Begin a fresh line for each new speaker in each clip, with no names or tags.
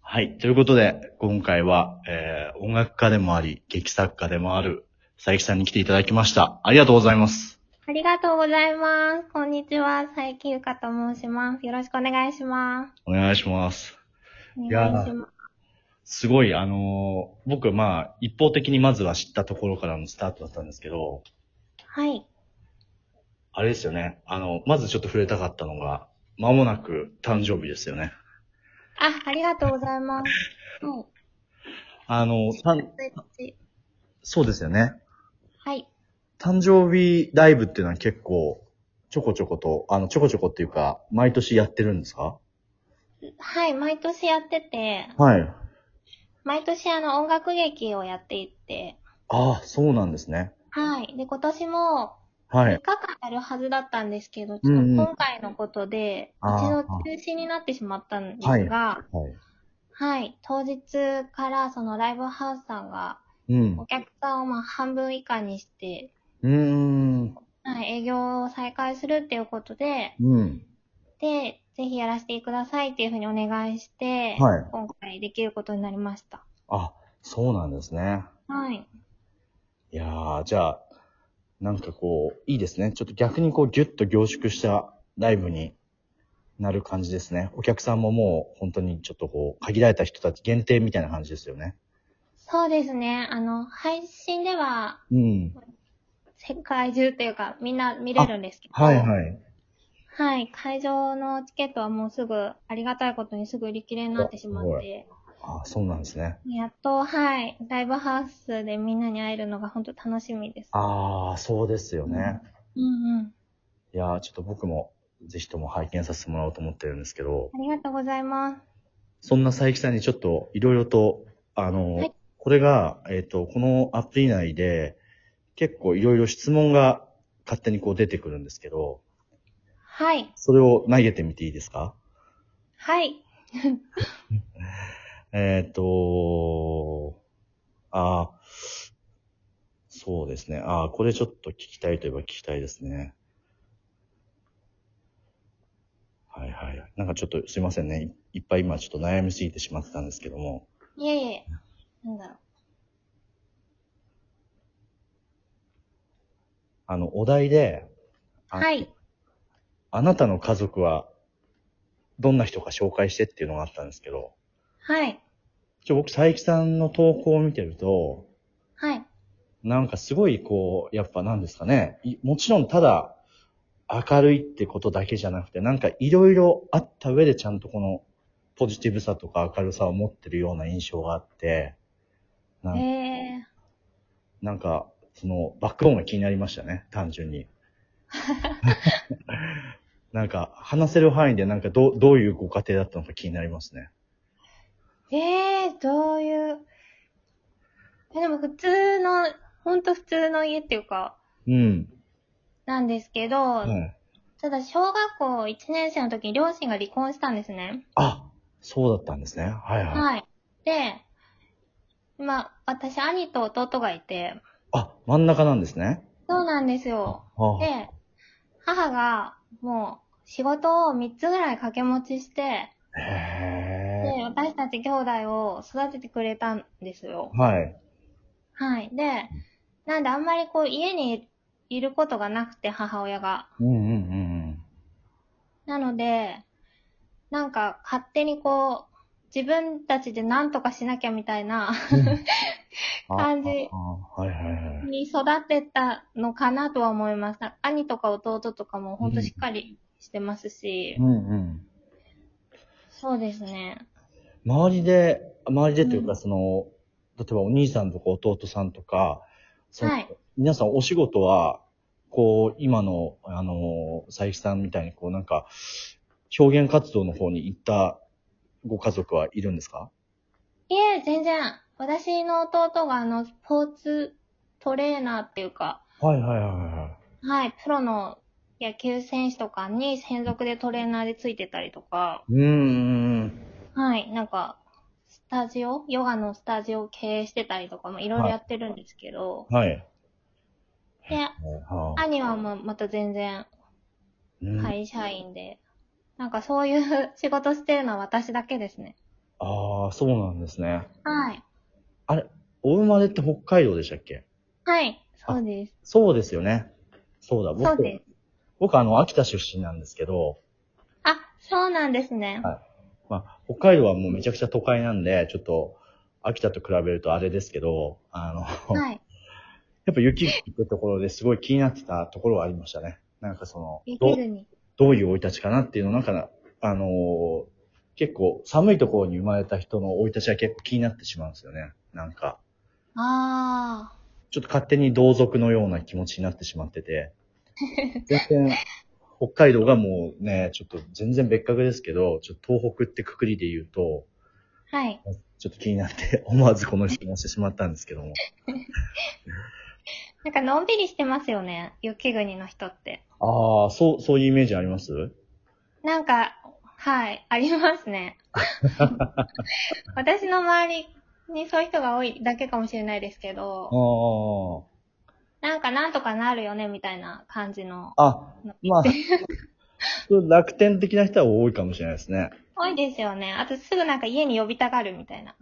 はい。ということで、今回は、えー、音楽家でもあり、劇作家でもある、佐伯さんに来ていただきました。ありがとうございます。
ありがとうございます。こんにちは。佐伯ゆかと申します。よろしくお願いします。
お願いします。
お
やー
願いします。
すごい、あのー僕、まあ、一方的にまずは知ったところからのスタートだったんですけど、
はい。
あれですよね。あの、まずちょっと触れたかったのが、間もなく誕生日ですよね。
あ、ありがとうござ います。はい。
あの、たんそうですよね。
はい。
誕生日ライブっていうのは結構、ちょこちょこと、あの、ちょこちょこっていうか、毎年やってるんですか
はい。毎年やってて、
はい。
毎年あの音楽劇をやっていって、
ああ、そうなんですね。
はい。で、今年も
は
3
い。
日間やるはずだったんですけど、ち
うん
ょ
う
っ
ん
と今回のことで、
あー
一度中止になってしまったんですが、
はい。
はい。当日からそのライブハウスさんが
うん。
お客さんをまあ半分以下にして、
うーん。
はい、営業を再開するっていうことで、
うん。
で、ぜひやらせてくださいっていうふうにお願いして、
はい
今回できることになりました。
あ、そうなんですね。
はい。
いやー、じゃあ、なんかこう、いいですね。ちょっと逆にこう、ぎゅっと凝縮したライブになる感じですね。お客さんももう、本当にちょっとこう、限られた人たち限定みたいな感じですよね。
そうですね。あの、配信では
うん。
世界中というかみんな見れるんですけど、
はいはい。
はい。会場のチケットはもうすぐ、ありがたいことにすぐ売り切れになってしま
うわ
っ
す
て、
あー、そうなんですね。
やっと、はい、ライブハウスでみんなに会えるのが本当楽しみです。
あー、そうですよね。
うんうん。
いやー、ちょっと僕も、ぜひとも拝見させてもらおうと思ってるんですけど。
ありがとうございます。
そんな佐伯さんにちょっといろいろと、あの、
はい
これが、えっ、と、このアプリ内で、結構いろいろ質問が勝手にこう出てくるんですけど、
はい。
それを投げてみていいですか
はい。
えっ、と、あーそうですね。あーこれちょっと聞きたいといえば聞きたいですね。はいはい。なんかちょっとすいませんね。いいっぱい今ちょっと悩みすぎてしまってたんですけども。
いえいえ。なんだろう。
あの、お題で、あ
はい。
あなたの家族は、どんな人か紹介してっていうのがあったんですけど、
はい。
ちょ、僕、佐伯さんの投稿を見てると、
はい。
なんかすごい、こう、やっぱなんですかね、いもちろんただ、明るいってことだけじゃなくて、なんかいろいろあった上でちゃんとこの、ポジティブさとか明るさを持ってるような印象があって、な
え
ん
え
なんか、その、バックボーンが気になりましたね、単純に。なんか、話せる範囲で、なんか、どう、どういうご家庭だったのか気になりますね。
ー。ええー、どういう。えでも普通の、ほんと普通の家っていうか、
うん。
なんですけど、
はい。
ただ小学校1年生の時に両親が離婚したんですね。
あ、そうだったんですね。はいはい。
はい。で、まあ、私、兄と弟がいて、
あ、真ん中なんですね。
そうなんですよ。
はあ、
で、母が、もう、仕事を3つぐらい掛け持ちして、
へ
で、私たち兄弟を育ててくれたんですよ
え。。はい。
はい。で、なんであんまりこう家にいることがなくて、母親が。
うんうんうん
なので、なんか勝手にこう、自分たちで何とかしなきゃみたいな
うん。
感じ
ああはいはいはい。
に育ってたのかなとは思います。兄とか弟とかもほんとしっかりしてますし、
うんうん。
そうですね。
周りで、周りでというか、
うん
その、例えばお兄さんとか弟さんとか、その
はい
皆さんお仕事は、こう、今の、あの、佐伯さんみたいに、こう、なんか、表現活動の方に行ったご家族はいるんですか
いえ、全然、私の弟があの、スポーツトレーナーっていうか、
はいはいはいは
はい、プロの野球選手とかに専属でトレーナーでついてたりとか、
い。うーん。
はい、なんか、スタジオ、ヨガのスタジオを経営してたりとかもいろいろやってるんですけど、
はい。
で、
は
兄はもうまた全然
い
会社員で、なんかそういう仕事してるのは私だけですね。
ああ、そうなんですね。
はい。
あれ、お生まれって北海道でしたっけ
はい。そうです。
そうですよね。そうだ、僕、
そうです。
僕あの、秋田出身なんですけど、
あ、そうなんですね。
はいまあ、北海道はもうめちゃくちゃ都会なんで、ちょっと、秋田と比べるとあれですけど、あの、
はい。
やっぱ雪ってところですごい気になってたところはありましたね。なんかその、
雪
ど
国。
どういう生い立ちかなっていうの、なんかな、あのー結構寒いところに生まれた人の生い立ちは結構気になってしまうんですよね。なんか、
あ
ちょっと勝手に同族のような気持ちになってしまってて、全然、北海道がもうね、ちょっと全然別格ですけど、ちょっと東北ってくくりで言うと、
あ。はい。
ちょっと気になって、思わずこの質問してしまったんですけども。
なんかのんびりしてますよね。雪国の人って。
ああ、そう、そういうイメージあります
なんか、はい。ありますね。私の周りにそういう人が多いだけかもしれないですけど
あ。あ。
なんかなんとかなるよねみたいな感じの。
あ、まあ、楽天的な人は多いかもしれないですね。
多いですよね。あとすぐなんか家に呼びたがるみたいな。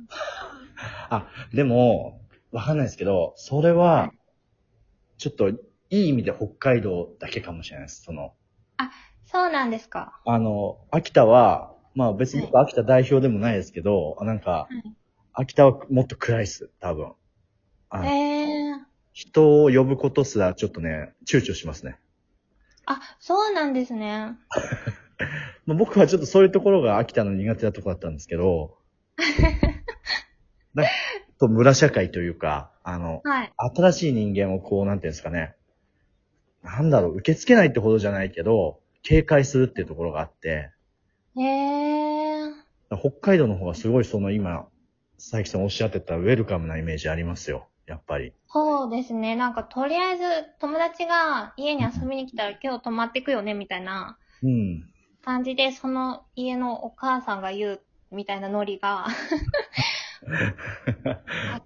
でも、わかんないですけど、それは、ちょっと、いい意味で北海道だけかもしれないです。その、
そうなんですか。
あの、秋田は、まあ別に僕秋田代表でもないですけど、なんか
は、
秋田はもっと暗いっす、多分。あ
ええー。
人を呼ぶことすらちょっとね、躊躇しますね。
あ、そうなんですね。
まあ、僕はちょっとそういうところが秋田の苦手なところだったんですけ ど、なんかと村社会というか、あの、
はい。
新しい人間をこう、なんていうんですかね、なんだろう、受け付けないってほどじゃないけど、警戒するっていうところがあって、
ええー。
北海道の方がすごいその今、佐伯さんおっしゃってたウェルカムなイメージありますよ、やっぱり。
そうですね。なんかとりあえず友達が家に遊びに来たら今日泊まってくよねみたいな
うん。
感じで、その家のお母さんが言うみたいなノリ があ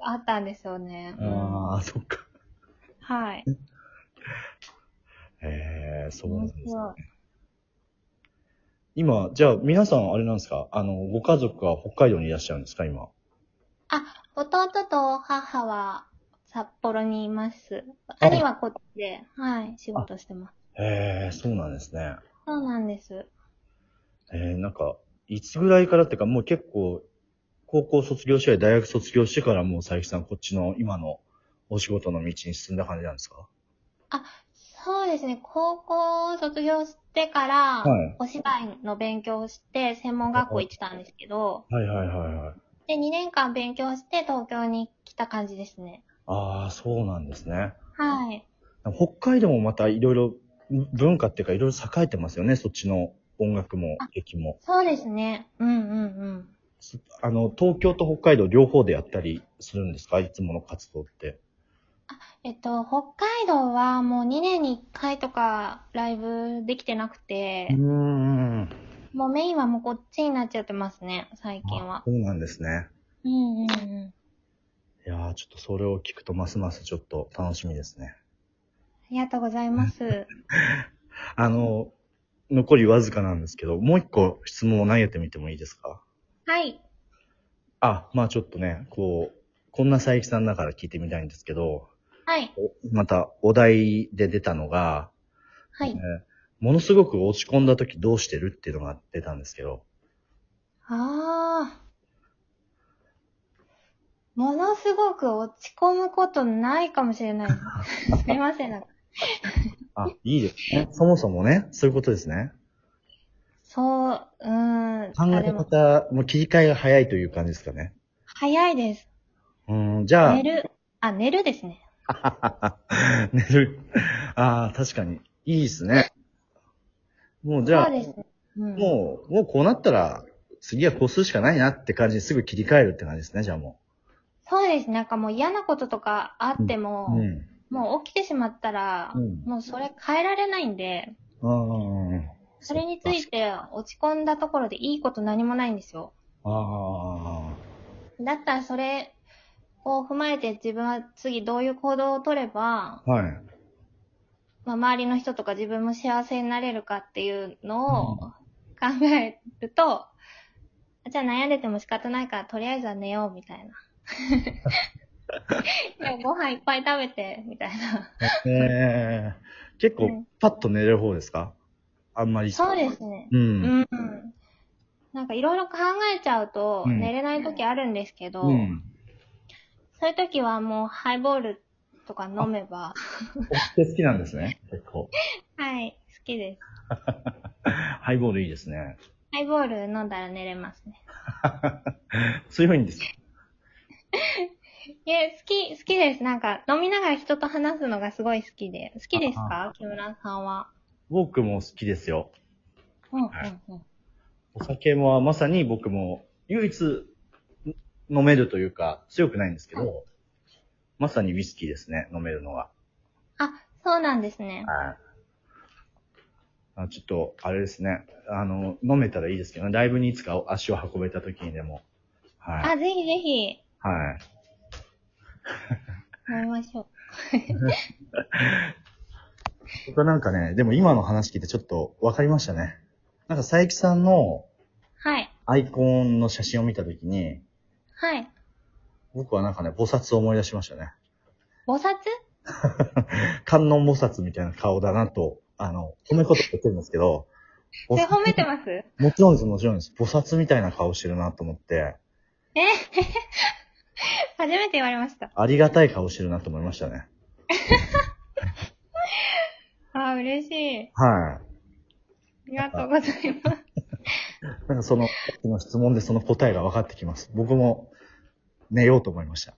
あったんですよね。うん
ああ、そっか。
はい。
へえ、そうなん
面
ですね
白い。
今、じゃあ皆さんあれなんですかあの、ご家族は北海道にいらっしゃるんですか今。
弟と母は札幌にいます。兄はこっちで、はい、仕事してます。
へえ、そうなんですね。
そうなんです。
えー、なんか、いつぐらいからっていうか、もう結構、高校卒業したり、大学卒業してからもう佐伯さん、こっちの今のお仕事の道に進んだ感じなんですか
そうですね、高校を卒業してから、
はい
お芝居の勉強をして、専門学校行ってたんですけど、
はいはいはいはい。
で、2年間勉強して東京に来た感じですね。
ああ、そうなんですね。
はい。
北海道もまたいろいろ、文化っていうかいろいろ栄えてますよね、そっちの音楽も
あ
劇も。
そうですね。うんうんうん。
そあの、東京と北海道両方でやったりするんですかいつもの活動って。
えっと、北海道はもう2年に1回とかライブできてなくて、
ん。
もうメインはもうこっちになっちゃってますね、最近
あ
は。
そうなんですね。
うんうんうん。
いやー、ちょっとそれを聞くとますますちょっと楽しみですね。
ありがとうございます。
あの、残りわずかなんですけど、もう一個質問を投げてみてもいいですか
はい。
あ、まあちょっとね、こう、こんな佐伯さんだから聞いてみたいんですけど、
はい。
おまたお題で出たのが、
は
えー
い。
ものすごく落ち込んだ時どうしてるっていうのが出たんですけど、
ああ。ものすごく落ち込むことないかもしれ ない。すみません。なんか
あ、いいですね。そもそもね、そういうことですね。
そう、うーん。
考
あ
え
でも
方、もう切り替えが早いという感じですかね。
早いです。
うん、じゃあ
寝、る。あ、寝るですね。
寝る。ああ、確かに。いいですね。もうじゃ
そ
あ
う、ですね。うん、
もう、もうこうなったら、次はこうするしかないなって感じですぐ切り替えるって感じですね、じゃあも
そうです。なんかもう嫌なこととかあって
う。う
も、
ん。
もう起きてしまったら、
うん
もうそれ変えられないんで、
ああ。
それについて落ち込んだところでいいこと何もないんですよ。
ああ。
だったらそれを踏まえて自分は次どういう行動を取れば、
はい。
まあ、周りの人とか自分も幸せになれるかっていうのを考えると、あじゃあ悩んでても仕方ないから、とりあえずは寝よう、みたい な。でもご飯いっぱい食べて、みたいな。
えー、結
う
構
ん、
パッと寝れる方ですかあんまり。
そうですね。
う。
うんん。なんかいろいろ考えちゃうと、
うん
寝れない時あるんですけど、
うん。
そういう時はもうハイボールとか飲めば、
お酒好きなんですね。結構。
はい、好きです。
ハイボールいいですね。
ハイボール飲んだら寝れますね。
強いんですよ。
いや、好き、好きです。なんか、飲みながら人と話すのがすごい好きで。好きですか木村さんは。
僕も好きですよ。
うん、うん
はい、
うん。
お酒もまさに僕も唯一飲めるというか強くないんですけど、まさにウイスキーですね、飲めるのは。
あ、そうなんですね。
はい。あちょっと、あれですね。あの、飲めたらいいですけどね。ライブにいつか足を運べた時にでも。はい。
あ、ぜひぜひ、飲
はい。
みましょう。
僕はなんかね、でも今の話聞いてちょっと分かりましたね。なんか佐伯さんの
はい、
アイコンの写真を見た時に、
はい。
僕はなんかね、菩薩を思い出しましたね。
菩薩
観音菩薩みたいな顔だなと、あの、褒め言葉言ってるんですけど、
そ
菩
れ
薩
褒めてます
もちろんです、もちろんです。菩薩みたいな顔してるなと思って、
初めて言われました。
ありがたい顔してるなと思いましたね。
あー、嬉しい。
は
ありがとうございます。
い。なんかその、さっきの質問でその答えが分かってきます。僕も寝ようと思いました。